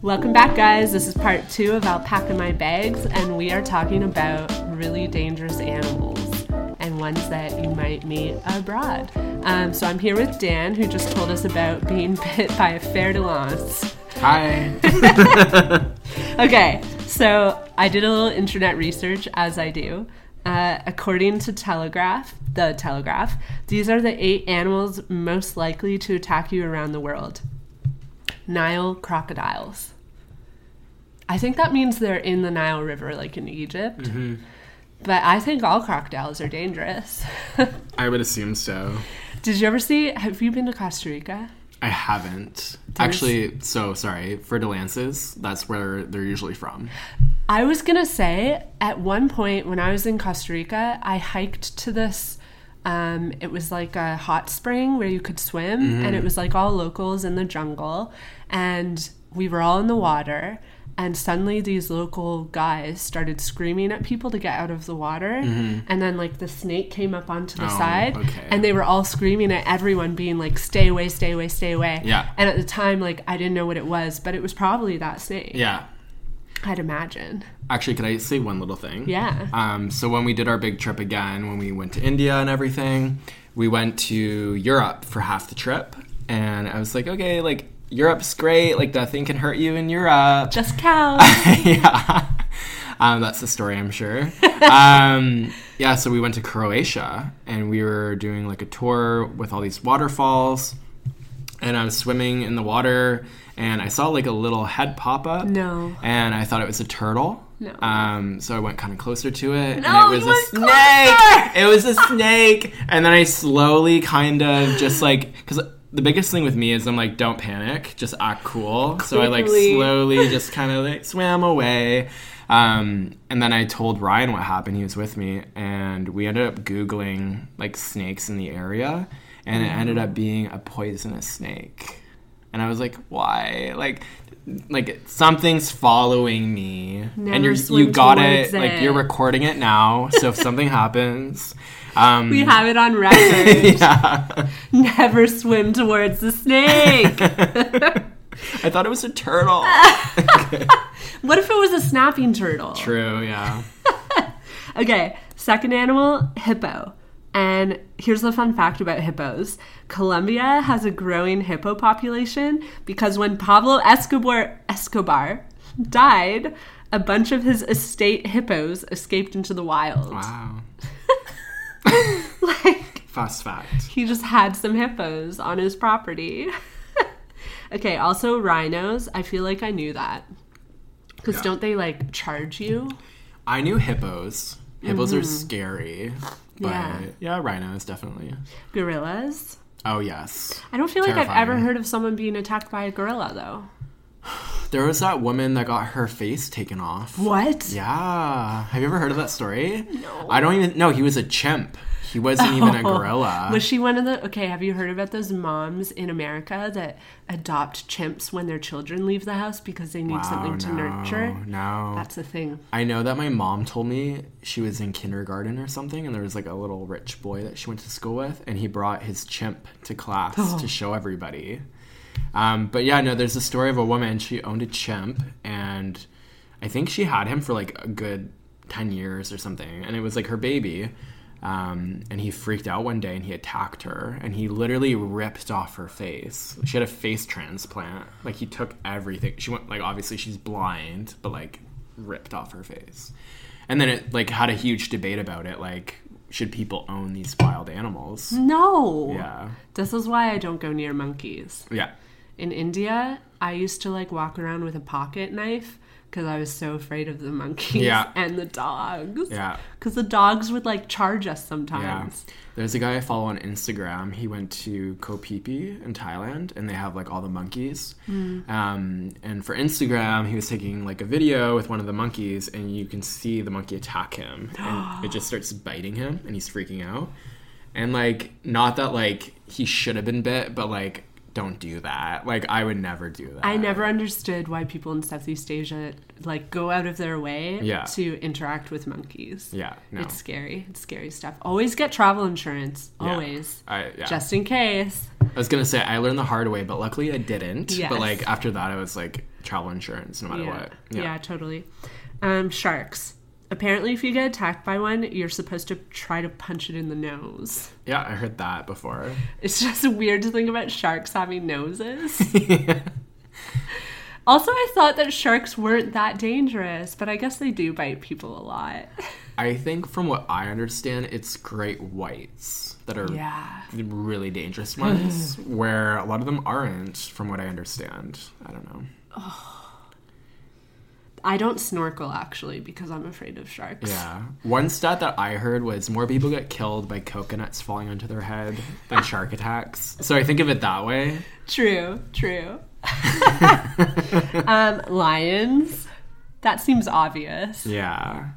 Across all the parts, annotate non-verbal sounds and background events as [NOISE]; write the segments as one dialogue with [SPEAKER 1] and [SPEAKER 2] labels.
[SPEAKER 1] Welcome back, guys. This is part two of Alpaca My Bags, and we are talking about really dangerous animals and ones that you might meet abroad. Um, so I'm here with Dan, who just told us about being [LAUGHS] bit by a fer de lance.
[SPEAKER 2] Hi.
[SPEAKER 1] Okay, so I did a little internet research, as I do. Uh, according to Telegraph, the Telegraph, these are the eight animals most likely to attack you around the world. Nile crocodiles. I think that means they're in the Nile River, like in Egypt. But I think all crocodiles are dangerous. [LAUGHS]
[SPEAKER 2] I would assume so.
[SPEAKER 1] Did you ever see? Have you been to Costa Rica?
[SPEAKER 2] I haven't. Actually, so sorry. For Delances, that's where they're usually from.
[SPEAKER 1] I was gonna say at one point when I was in Costa Rica, I hiked to this. Um, it was like a hot spring where you could swim,
[SPEAKER 2] Mm-hmm.
[SPEAKER 1] and it was like all locals in the jungle, and we were all in the water. And suddenly, these local guys started screaming at people to get out of the water. And then, like, the snake came up onto the
[SPEAKER 2] Mm-hmm. Oh,
[SPEAKER 1] side,
[SPEAKER 2] okay.
[SPEAKER 1] and they were all screaming at everyone, being like, stay away, stay away, stay away.
[SPEAKER 2] Yeah.
[SPEAKER 1] And at the time, like, I didn't know what it was, but it was probably that snake.
[SPEAKER 2] Yeah.
[SPEAKER 1] I'd imagine.
[SPEAKER 2] Actually, could I say one little thing?
[SPEAKER 1] Yeah.
[SPEAKER 2] Um, so when we did our big trip again, when we went to India and everything, we went to Europe for half the trip, and I was like, okay, like Europe's great, like nothing can hurt you in Europe.
[SPEAKER 1] Just cows.
[SPEAKER 2] [LAUGHS] yeah. Um, that's the story, I'm sure.
[SPEAKER 1] [LAUGHS]
[SPEAKER 2] um, yeah, so we went to Croatia and we were doing like a tour with all these waterfalls. And I was swimming in the water and I saw like a little head pop up.
[SPEAKER 1] No.
[SPEAKER 2] And I thought it was a turtle.
[SPEAKER 1] No.
[SPEAKER 2] Um, so I went kind of closer to it.
[SPEAKER 1] No,
[SPEAKER 2] and it was
[SPEAKER 1] you
[SPEAKER 2] a
[SPEAKER 1] went
[SPEAKER 2] snake.
[SPEAKER 1] closer!
[SPEAKER 2] [LAUGHS] It was a snake. And then I slowly kind of just like, because the biggest thing with me is I'm like, don't panic, just act cool. So I like
[SPEAKER 1] Clearly. [LAUGHS]
[SPEAKER 2] slowly slowly just kind of like swam away. Um, and then I told Ryan what happened. He was with me, and we ended up Googling like snakes in the area, and it ended up being a poisonous snake. And I was like, why? Like, like something's following me,
[SPEAKER 1] Never
[SPEAKER 2] and you're
[SPEAKER 1] swim
[SPEAKER 2] you got
[SPEAKER 1] towards
[SPEAKER 2] it. Like
[SPEAKER 1] it.
[SPEAKER 2] you're recording it now, so
[SPEAKER 1] [LAUGHS]
[SPEAKER 2] if something happens, um, [LAUGHS]
[SPEAKER 1] we have it on record.
[SPEAKER 2] yeah.
[SPEAKER 1] Never swim towards the snake.
[SPEAKER 2] I thought it was
[SPEAKER 1] [LAUGHS]
[SPEAKER 2] a turtle.
[SPEAKER 1] what if it was a snapping turtle?
[SPEAKER 2] True. Yeah.
[SPEAKER 1] Okay, second animal, hippo. And here's the fun fact about hippos Colombia has a growing hippo population because when Pablo Escobar, Escobar died, a bunch of his estate hippos escaped into the wild.
[SPEAKER 2] Wow.
[SPEAKER 1] [LAUGHS] Like,
[SPEAKER 2] Fast fact.
[SPEAKER 1] He just had some hippos on his property. [LAUGHS] okay, also rhinos. I feel like I knew that. Because
[SPEAKER 2] Yeah.
[SPEAKER 1] don't they like charge you?
[SPEAKER 2] I knew hippos. Hippos are scary. But
[SPEAKER 1] Mm-hmm. Yeah.
[SPEAKER 2] yeah. rhinos definitely.
[SPEAKER 1] Gorillas?
[SPEAKER 2] Oh yes.
[SPEAKER 1] I don't feel like I've ever
[SPEAKER 2] Terrifying. heard
[SPEAKER 1] heard of someone being attacked by a gorilla though.
[SPEAKER 2] There was that woman that got her face taken off.
[SPEAKER 1] What?
[SPEAKER 2] Yeah. Have you ever heard of that story? No. I don't even no, he was a chimp. He wasn't
[SPEAKER 1] [LAUGHS]
[SPEAKER 2] even a gorilla.
[SPEAKER 1] Was she one of the okay? Have you heard about those moms in America that adopt chimps when their children leave the house because they need
[SPEAKER 2] Wow,
[SPEAKER 1] something to
[SPEAKER 2] Oh, no,
[SPEAKER 1] nurture?
[SPEAKER 2] No.
[SPEAKER 1] That's a thing.
[SPEAKER 2] I know that my mom told me she was in kindergarten or something, and there was like a little rich boy that she went to school with, and he brought his chimp to class to show everybody. Um, but yeah, no, there's a story of a woman. She owned a chimp, and I think she had him for like a good 10 years or something, and it was like her baby. Um, and he freaked out one day and he attacked her, and he literally ripped off her face. She had a face transplant. Like, he took everything. She went, like, obviously she's blind, but like, ripped off her face. And then it like had a huge debate about it, like should people own these wild animals?
[SPEAKER 1] No.
[SPEAKER 2] Yeah.
[SPEAKER 1] This is why I don't go near monkeys.
[SPEAKER 2] Yeah.
[SPEAKER 1] In India, I used to like walk around with a pocket knife because I was so afraid of the monkeys
[SPEAKER 2] Yeah.
[SPEAKER 1] [LAUGHS] and the dogs.
[SPEAKER 2] Yeah.
[SPEAKER 1] Because the dogs would like charge us
[SPEAKER 2] Yeah.
[SPEAKER 1] sometimes.
[SPEAKER 2] There's a guy I follow on Instagram. He went to Koh Phi Phi in Thailand, and they have like all the monkeys.
[SPEAKER 1] Hmm.
[SPEAKER 2] Um, and for Instagram, he was taking like a video with one of the monkeys, and you can see the monkey attack him,
[SPEAKER 1] [GASPS]
[SPEAKER 2] and it just starts biting him, and he's freaking out. And like, not that like he should have been bit, but like, don't do that. Like, I would never do that.
[SPEAKER 1] I never understood why people in Southeast Asia like go out of their way
[SPEAKER 2] Yeah.
[SPEAKER 1] to interact with monkeys.
[SPEAKER 2] Yeah, no.
[SPEAKER 1] It's scary. It's scary stuff. Always get travel insurance.
[SPEAKER 2] Yeah.
[SPEAKER 1] Always.
[SPEAKER 2] I, yeah.
[SPEAKER 1] Just in case.
[SPEAKER 2] I was gonna say I learned the hard way, but luckily I didn't.
[SPEAKER 1] Yes.
[SPEAKER 2] But like after that, I was like travel insurance, no matter
[SPEAKER 1] yeah.
[SPEAKER 2] what.
[SPEAKER 1] Yeah. totally. Um, sharks. Apparently, if you get attacked by one, you're supposed to try to punch it in the nose.
[SPEAKER 2] Yeah, I heard that before.
[SPEAKER 1] It's just weird to think about sharks having noses. Also, I thought that sharks weren't that dangerous, but I guess they do bite people a lot.
[SPEAKER 2] I think from what I understand, it's great whites that are
[SPEAKER 1] Yeah.
[SPEAKER 2] the really
[SPEAKER 1] [SIGHS]
[SPEAKER 2] dangerous ones, where a lot of them aren't, from what I understand. I don't
[SPEAKER 1] [LAUGHS]
[SPEAKER 2] know.
[SPEAKER 1] I don't snorkel actually because I'm afraid of sharks.
[SPEAKER 2] Yeah. One stat that I heard was more people get killed by coconuts falling onto their head
[SPEAKER 1] [LAUGHS]
[SPEAKER 2] than shark attacks. So I think of it that way.
[SPEAKER 1] True, true. [LAUGHS] um, lions. That seems obvious.
[SPEAKER 2] Yeah.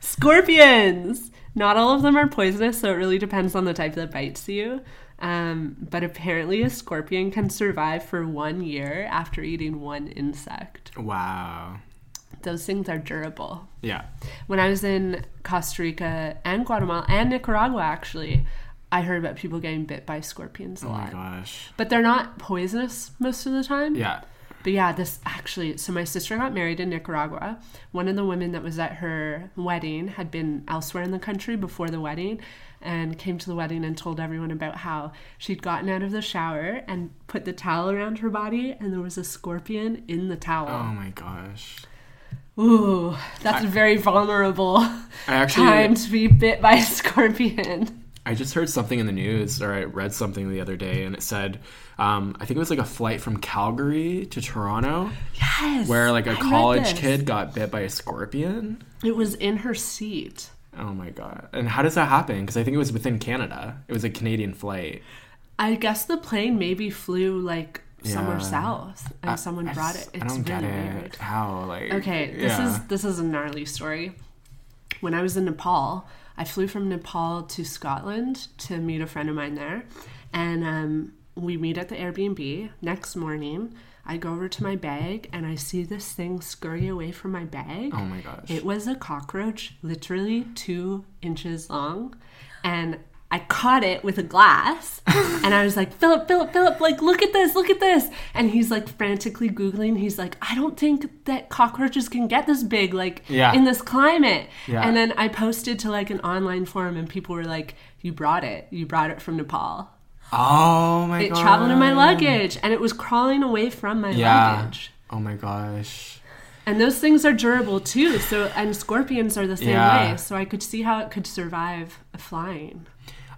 [SPEAKER 1] Scorpions. Not all of them are poisonous, so it really depends on the type that bites you. Um, but apparently, a scorpion can survive for one year after eating one insect.
[SPEAKER 2] Wow.
[SPEAKER 1] Those things are durable.
[SPEAKER 2] Yeah.
[SPEAKER 1] when I was in Costa Rica and Guatemala and Nicaragua, actually, I heard about people getting bit by scorpions a
[SPEAKER 2] Oh my
[SPEAKER 1] lot.
[SPEAKER 2] gosh.
[SPEAKER 1] But they're not poisonous most of the time.
[SPEAKER 2] Yeah.
[SPEAKER 1] But yeah, this actually, so my sister got married in Nicaragua. One of the women that was at her wedding had been elsewhere in the country before the wedding and came to the wedding and told everyone about how she'd gotten out of the shower and put the towel around her body and there was a scorpion in the
[SPEAKER 2] Oh
[SPEAKER 1] towel.
[SPEAKER 2] my gosh.
[SPEAKER 1] Oh. Ooh, that's very vulnerable.
[SPEAKER 2] I
[SPEAKER 1] [LAUGHS]
[SPEAKER 2] actually
[SPEAKER 1] time to be bit by a scorpion.
[SPEAKER 2] I just heard something in the news, or I read something the other day, and it said, um, I think it was like a flight from Calgary to Toronto,
[SPEAKER 1] Yes.
[SPEAKER 2] where like
[SPEAKER 1] I
[SPEAKER 2] a
[SPEAKER 1] read
[SPEAKER 2] college
[SPEAKER 1] this.
[SPEAKER 2] kid got bit by a scorpion.
[SPEAKER 1] It was in her seat.
[SPEAKER 2] Oh my god! And how does that happen? Because I think it was within Canada. It was a Canadian flight.
[SPEAKER 1] I guess the plane maybe flew like somewhere
[SPEAKER 2] Yeah.
[SPEAKER 1] south and
[SPEAKER 2] I-
[SPEAKER 1] someone
[SPEAKER 2] I
[SPEAKER 1] brought
[SPEAKER 2] just-
[SPEAKER 1] it. It's
[SPEAKER 2] I don't
[SPEAKER 1] really
[SPEAKER 2] get it.
[SPEAKER 1] weird.
[SPEAKER 2] How like?
[SPEAKER 1] Okay, this
[SPEAKER 2] yeah.
[SPEAKER 1] is this is a gnarly story. When I was in Nepal, I flew from Nepal to Scotland to meet a friend of mine there, and um, we meet at the Airbnb. Next morning, I go over to my bag and I see this thing scurry away from my bag.
[SPEAKER 2] Oh my gosh!
[SPEAKER 1] It was a cockroach, literally two inches long, and I caught it with a glass, and I was like, "Philip, Philip, Philip! Like, look at this, look at this!" And he's like frantically googling. He's like, "I don't think that cockroaches can get this big, like,
[SPEAKER 2] Yeah.
[SPEAKER 1] in this climate."
[SPEAKER 2] Yeah.
[SPEAKER 1] And then I posted to like an online forum, and people were like, "You brought it. You brought it from Nepal.
[SPEAKER 2] oh my!
[SPEAKER 1] It
[SPEAKER 2] god.
[SPEAKER 1] traveled in my luggage, and it was crawling away from my
[SPEAKER 2] Yeah.
[SPEAKER 1] luggage."
[SPEAKER 2] Oh my gosh!
[SPEAKER 1] And those things are durable too. So and scorpions are the same
[SPEAKER 2] Yeah.
[SPEAKER 1] way. So I could see how it could survive flying.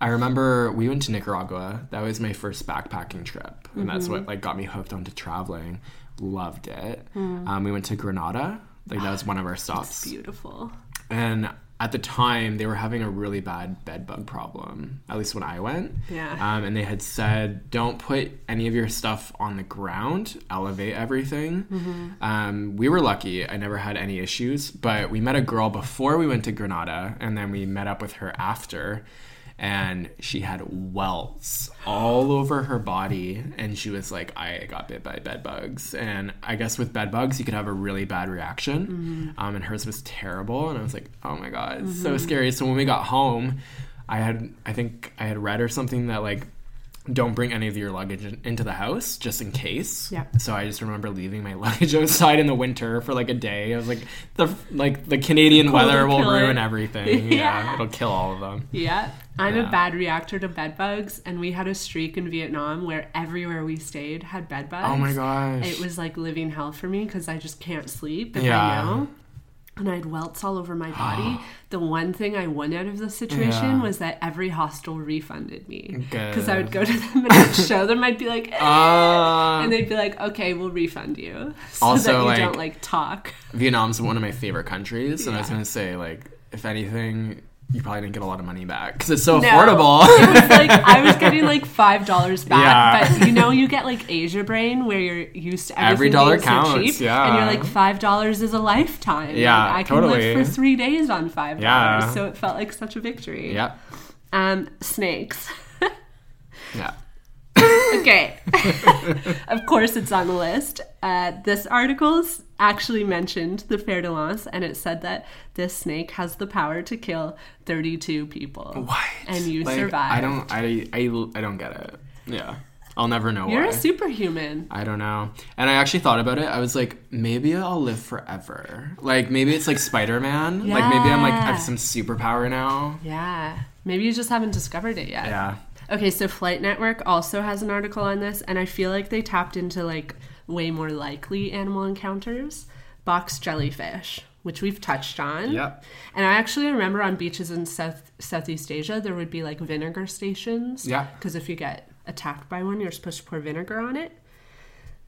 [SPEAKER 2] I remember we went to Nicaragua. That was my first backpacking trip, and that's what like got me hooked onto traveling. Loved it. Um, we went to Granada. Like that was
[SPEAKER 1] [GASPS]
[SPEAKER 2] one of our stops.
[SPEAKER 1] Hmm. Beautiful.
[SPEAKER 2] And at the time, they were having a really bad bed bug problem. At least when I went.
[SPEAKER 1] Yeah.
[SPEAKER 2] Um, and they had said, don't put any of your stuff on the ground. Elevate everything. Um, we were lucky. I never had any issues. But we met a girl before we went to Granada, and then we met up with her after. And she had welts all over her body, and she was like, "I got bit by bed bugs." And I guess with bed bugs, you could have a really bad reaction. Um, and hers was terrible, and I was like, "Oh my god, it's so scary." So when we got home, I had I think I had read or something that like don't bring any of your luggage in- into the house just in case.
[SPEAKER 1] Yeah.
[SPEAKER 2] So I just remember leaving my [LAUGHS] luggage outside in the winter for like a day. I was like the like the Canadian
[SPEAKER 1] Cold
[SPEAKER 2] weather
[SPEAKER 1] will
[SPEAKER 2] will
[SPEAKER 1] kill
[SPEAKER 2] ruin
[SPEAKER 1] it. [LAUGHS]
[SPEAKER 2] everything.
[SPEAKER 1] Yeah.
[SPEAKER 2] yeah. it'll kill all of them.
[SPEAKER 1] Yeah. I'm a
[SPEAKER 2] Yeah.
[SPEAKER 1] bad reactor to bed bugs and we had a streak in Vietnam where everywhere we stayed had bed bugs.
[SPEAKER 2] Oh my gosh.
[SPEAKER 1] It was like living hell for me because I just can't sleep if I
[SPEAKER 2] Yeah.
[SPEAKER 1] know. And I had welts all over my
[SPEAKER 2] [GASPS]
[SPEAKER 1] body. the one thing I won out of the situation
[SPEAKER 2] Yeah.
[SPEAKER 1] was that every hostel refunded me. [LAUGHS] Because I would
[SPEAKER 2] Good. [LAUGHS]
[SPEAKER 1] go to them and I'd show them, I'd be like,
[SPEAKER 2] Uh,
[SPEAKER 1] and they'd be like, "Okay, we'll refund you," [LAUGHS] so
[SPEAKER 2] Also,
[SPEAKER 1] that you
[SPEAKER 2] like-
[SPEAKER 1] don't like
[SPEAKER 2] [LAUGHS]
[SPEAKER 1] talk.
[SPEAKER 2] Vietnam's one of my favorite countries, and I was
[SPEAKER 1] Yeah.
[SPEAKER 2] gonna say like if anything, you probably didn't get a lot of money back because it's so
[SPEAKER 1] No. It [LAUGHS]
[SPEAKER 2] affordable. [LAUGHS]
[SPEAKER 1] was like I was getting like five dollars back,
[SPEAKER 2] Yeah.
[SPEAKER 1] but you know, you get like Asia brain where you're used to
[SPEAKER 2] Every
[SPEAKER 1] everything
[SPEAKER 2] dollar
[SPEAKER 1] being so
[SPEAKER 2] counts,
[SPEAKER 1] cheap,
[SPEAKER 2] yeah.
[SPEAKER 1] and you're like five dollars is a lifetime. Like,
[SPEAKER 2] Yeah,
[SPEAKER 1] I can
[SPEAKER 2] totally.
[SPEAKER 1] live for three days on five dollars,
[SPEAKER 2] Yeah.
[SPEAKER 1] so it felt like such a victory.
[SPEAKER 2] yep.
[SPEAKER 1] [LAUGHS] Um, snakes.
[SPEAKER 2] Yeah.
[SPEAKER 1] okay. [LAUGHS] of course, it's on the list. Uh, this article s- actually mentioned the fer de lance, and it said that this snake has the power to kill 32 people.
[SPEAKER 2] What?
[SPEAKER 1] And you
[SPEAKER 2] Like,
[SPEAKER 1] survived.
[SPEAKER 2] I don't. I, I I don't get it. Yeah. I'll never know
[SPEAKER 1] You're
[SPEAKER 2] why.
[SPEAKER 1] a superhuman.
[SPEAKER 2] I don't know. And I actually thought about it. I was like, maybe I'll live forever. Like maybe it's like Spider Man. Like maybe I'm like I
[SPEAKER 1] Yeah.
[SPEAKER 2] have some superpower now.
[SPEAKER 1] Yeah. Maybe you just haven't discovered it yet.
[SPEAKER 2] Yeah.
[SPEAKER 1] Okay, so Flight Network also has an article on this, and I feel like they tapped into like way more likely animal encounters. Box jellyfish, which we've touched on.
[SPEAKER 2] Yep.
[SPEAKER 1] And I actually remember on beaches in South Southeast Asia there would be like vinegar stations.
[SPEAKER 2] Yeah.
[SPEAKER 1] Because if you get attacked by one, you're supposed to pour vinegar on it.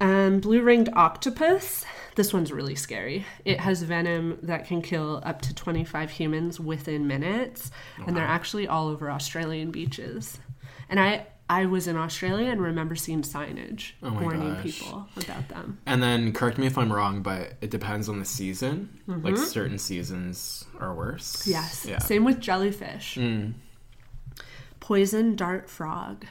[SPEAKER 1] Um, blue ringed octopus. This one's really scary. It has venom that can kill up to 25 humans within minutes, and they're actually all over Australian beaches. And I, I was in Australia and remember seeing signage
[SPEAKER 2] Oh my
[SPEAKER 1] warning
[SPEAKER 2] gosh.
[SPEAKER 1] people about them.
[SPEAKER 2] And then correct me if I'm wrong, but it depends on the season. Like certain seasons are worse.
[SPEAKER 1] Mm-hmm. Yes.
[SPEAKER 2] Yeah. Mm.
[SPEAKER 1] Same with jellyfish. Poison dart frog.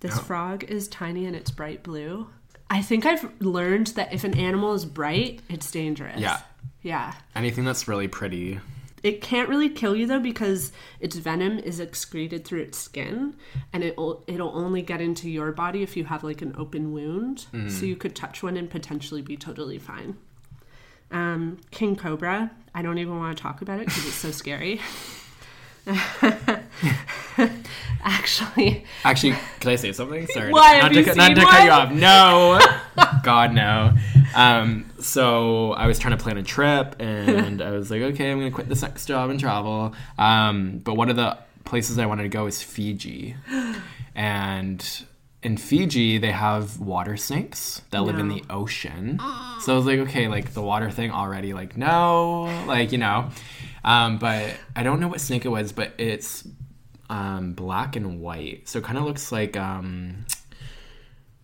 [SPEAKER 1] This
[SPEAKER 2] Oh.
[SPEAKER 1] frog is tiny and it's bright blue. I think I've learned that if an animal is bright, it's dangerous.
[SPEAKER 2] Yeah.
[SPEAKER 1] Yeah.
[SPEAKER 2] Anything that's really pretty.
[SPEAKER 1] It can't really kill you though because its venom is excreted through its skin, and it will it'll only get into your body if you have like an open wound.
[SPEAKER 2] Mm-hmm.
[SPEAKER 1] So you could touch one and potentially be totally fine. Um, King cobra. I don't even want to talk about it because it's so scary. [LAUGHS] Actually,
[SPEAKER 2] Actually, could I say something? Sorry.
[SPEAKER 1] [LAUGHS] Why,
[SPEAKER 2] not
[SPEAKER 1] have
[SPEAKER 2] to,
[SPEAKER 1] you
[SPEAKER 2] cut- not
[SPEAKER 1] seen
[SPEAKER 2] to cut you
[SPEAKER 1] one?
[SPEAKER 2] off. No. [LAUGHS] God no. Um, so I was trying to plan a trip and I was like, okay, I'm gonna quit this next job and travel. Um, but one of the places I wanted to go is Fiji. And in Fiji they have water snakes that live in
[SPEAKER 1] No.
[SPEAKER 2] the ocean. So I was like, okay, like the water thing already, like no, like you know. Um, but I don't know what snake it was, but it's um, black and white, so it kind of looks like um,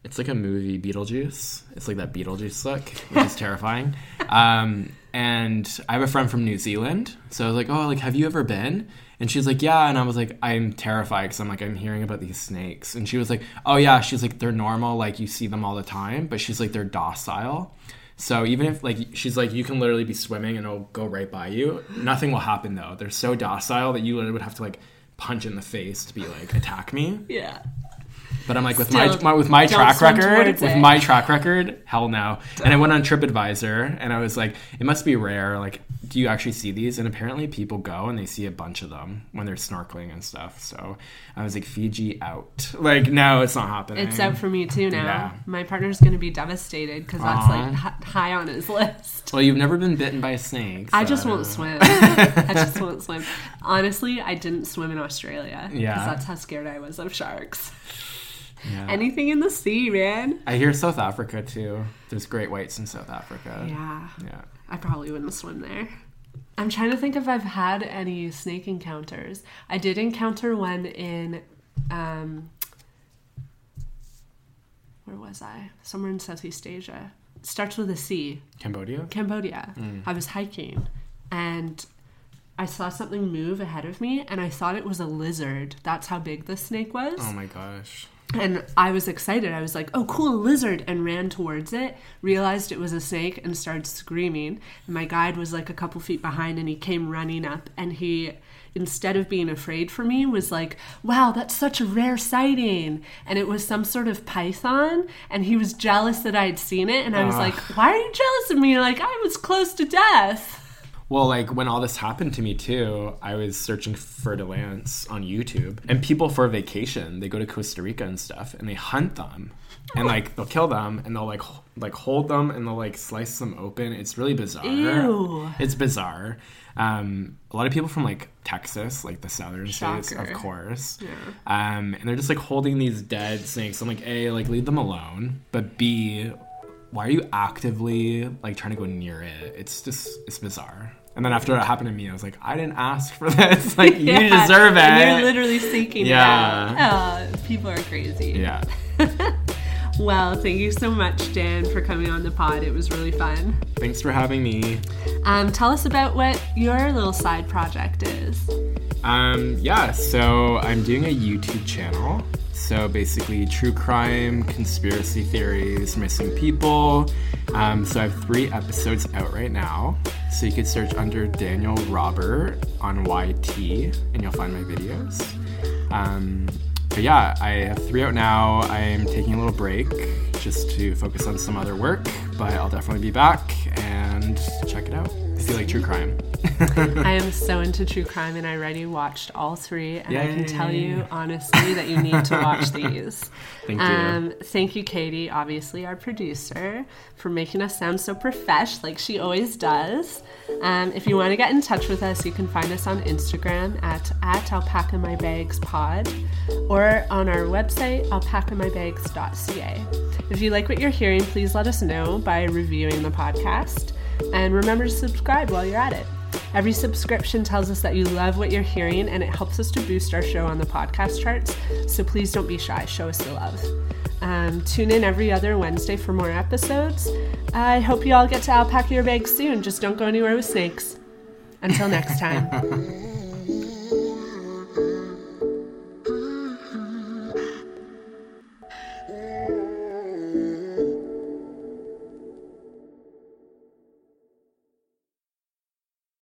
[SPEAKER 2] it's like a movie Beetlejuice. It's like that Beetlejuice look, which is terrifying. Um, and I have a friend from New Zealand, so I was like, "Oh, like, have you ever been?" And she's like, "Yeah," and I was like, "I'm terrified because I'm like, I'm hearing about these snakes." And she was like, "Oh yeah," she's like, "They're normal, like you see them all the time," but she's like, "They're docile." So even if like she's like, you can literally be swimming and it'll go right by you. Nothing will happen though. They're so docile that you literally would have to like punch in the face to be like, "Attack me."
[SPEAKER 1] yeah.
[SPEAKER 2] But I'm like with
[SPEAKER 1] Still,
[SPEAKER 2] my, my with my
[SPEAKER 1] don't
[SPEAKER 2] track
[SPEAKER 1] swim
[SPEAKER 2] record,
[SPEAKER 1] towards
[SPEAKER 2] with
[SPEAKER 1] it.
[SPEAKER 2] my track record, hell no. And I went on TripAdvisor and I was like, it must be rare. Like, do you actually see these? And apparently, people go and they see a bunch of them when they're snorkeling and stuff. So I was like, Fiji out. [LAUGHS] Like, no, it's not happening.
[SPEAKER 1] It's out for me too now.
[SPEAKER 2] Yeah.
[SPEAKER 1] My partner's gonna be devastated because that's like
[SPEAKER 2] Aw.
[SPEAKER 1] h- high on his list.
[SPEAKER 2] Well, you've never been bitten by a snake.
[SPEAKER 1] I
[SPEAKER 2] so
[SPEAKER 1] just
[SPEAKER 2] don't
[SPEAKER 1] won't
[SPEAKER 2] know.
[SPEAKER 1] swim. [LAUGHS] I just
[SPEAKER 2] [LAUGHS]
[SPEAKER 1] won't swim. Honestly, I didn't swim in Australia.
[SPEAKER 2] Yeah.
[SPEAKER 1] Because that's how scared I was of sharks.
[SPEAKER 2] Yeah.
[SPEAKER 1] Anything in the sea, man.
[SPEAKER 2] I hear South Africa too. There's great whites in South Africa.
[SPEAKER 1] Yeah.
[SPEAKER 2] Yeah.
[SPEAKER 1] I probably wouldn't swim there. I'm trying to think if I've had any snake encounters. I did encounter one in, um, where was I? Somewhere in Southeast Asia. It starts with a C.
[SPEAKER 2] Cambodia?
[SPEAKER 1] Cambodia. I was hiking and I saw something move ahead of me and I thought it was a lizard. That's how big the snake was.
[SPEAKER 2] Oh my gosh.
[SPEAKER 1] And I was excited. I was like, oh, cool, a lizard, and ran towards it, realized it was a snake, and started screaming. And my guide was like a couple feet behind, and he came running up, and he, instead of being afraid for me, was like, wow, that's such a rare sighting. And it was some sort of python, and he was jealous that I had seen it. And I was
[SPEAKER 2] Ugh.
[SPEAKER 1] like, why are you jealous of me? Like, I was close to death.
[SPEAKER 2] Well, like when all this happened to me too, I was searching for Delance on YouTube, and people for vacation they go to Costa Rica and stuff, and they hunt them, and like they'll kill them, and they'll like h- like hold them, and they'll like slice them open. It's really bizarre.
[SPEAKER 1] Ew.
[SPEAKER 2] It's bizarre. Um, a lot of people from like Texas, like the southern states,
[SPEAKER 1] Shocker.
[SPEAKER 2] of course, um, and they're just like holding these dead snakes. I'm like, a like leave them alone, but b why are you actively like trying to go near it? It's just it's bizarre. And then after it happened to me, I was like, I didn't ask for [LAUGHS] this. Like you
[SPEAKER 1] [LAUGHS] Yeah,
[SPEAKER 2] deserve
[SPEAKER 1] and
[SPEAKER 2] it.
[SPEAKER 1] you're literally seeking
[SPEAKER 2] Yeah.
[SPEAKER 1] it out. Oh, people are crazy.
[SPEAKER 2] yeah.
[SPEAKER 1] Well, thank you so much, Dan, for coming on the pod. It was really fun.
[SPEAKER 2] Thanks for having me.
[SPEAKER 1] Um, tell us about what your little side project is.
[SPEAKER 2] Um, yeah, so I'm doing a YouTube channel. So basically, true crime, conspiracy theories, missing people. Um, so I have three episodes out right now. So you could search under Daniel Robert on YT and you'll find my videos. Um, but yeah, I have three out now. I'm taking a little break just to focus on some other work, but I'll definitely be back and check it out if you like true crime.
[SPEAKER 1] I am so into true crime and I already watched all three and I can tell
[SPEAKER 2] Yay.
[SPEAKER 1] you honestly that you need to
[SPEAKER 2] [LAUGHS]
[SPEAKER 1] watch these.
[SPEAKER 2] Thank you.
[SPEAKER 1] Um, thank you, Katie, obviously our producer, for making us sound so profesh like she always does. Um, if you want to get in touch with us, you can find us on Instagram at, at alpaca my bags pod or on our website alpacamybags.ca. If you like what you're hearing, please let us know by reviewing the podcast and remember to subscribe while you're at it. Every subscription tells us that you love what you're hearing and it helps us to boost our show on the podcast charts. So please don't be shy, show us the love. Um, tune in every other Wednesday for more episodes. I hope you all get to alpaca your bags soon. Just don't go anywhere with snakes. Until next time.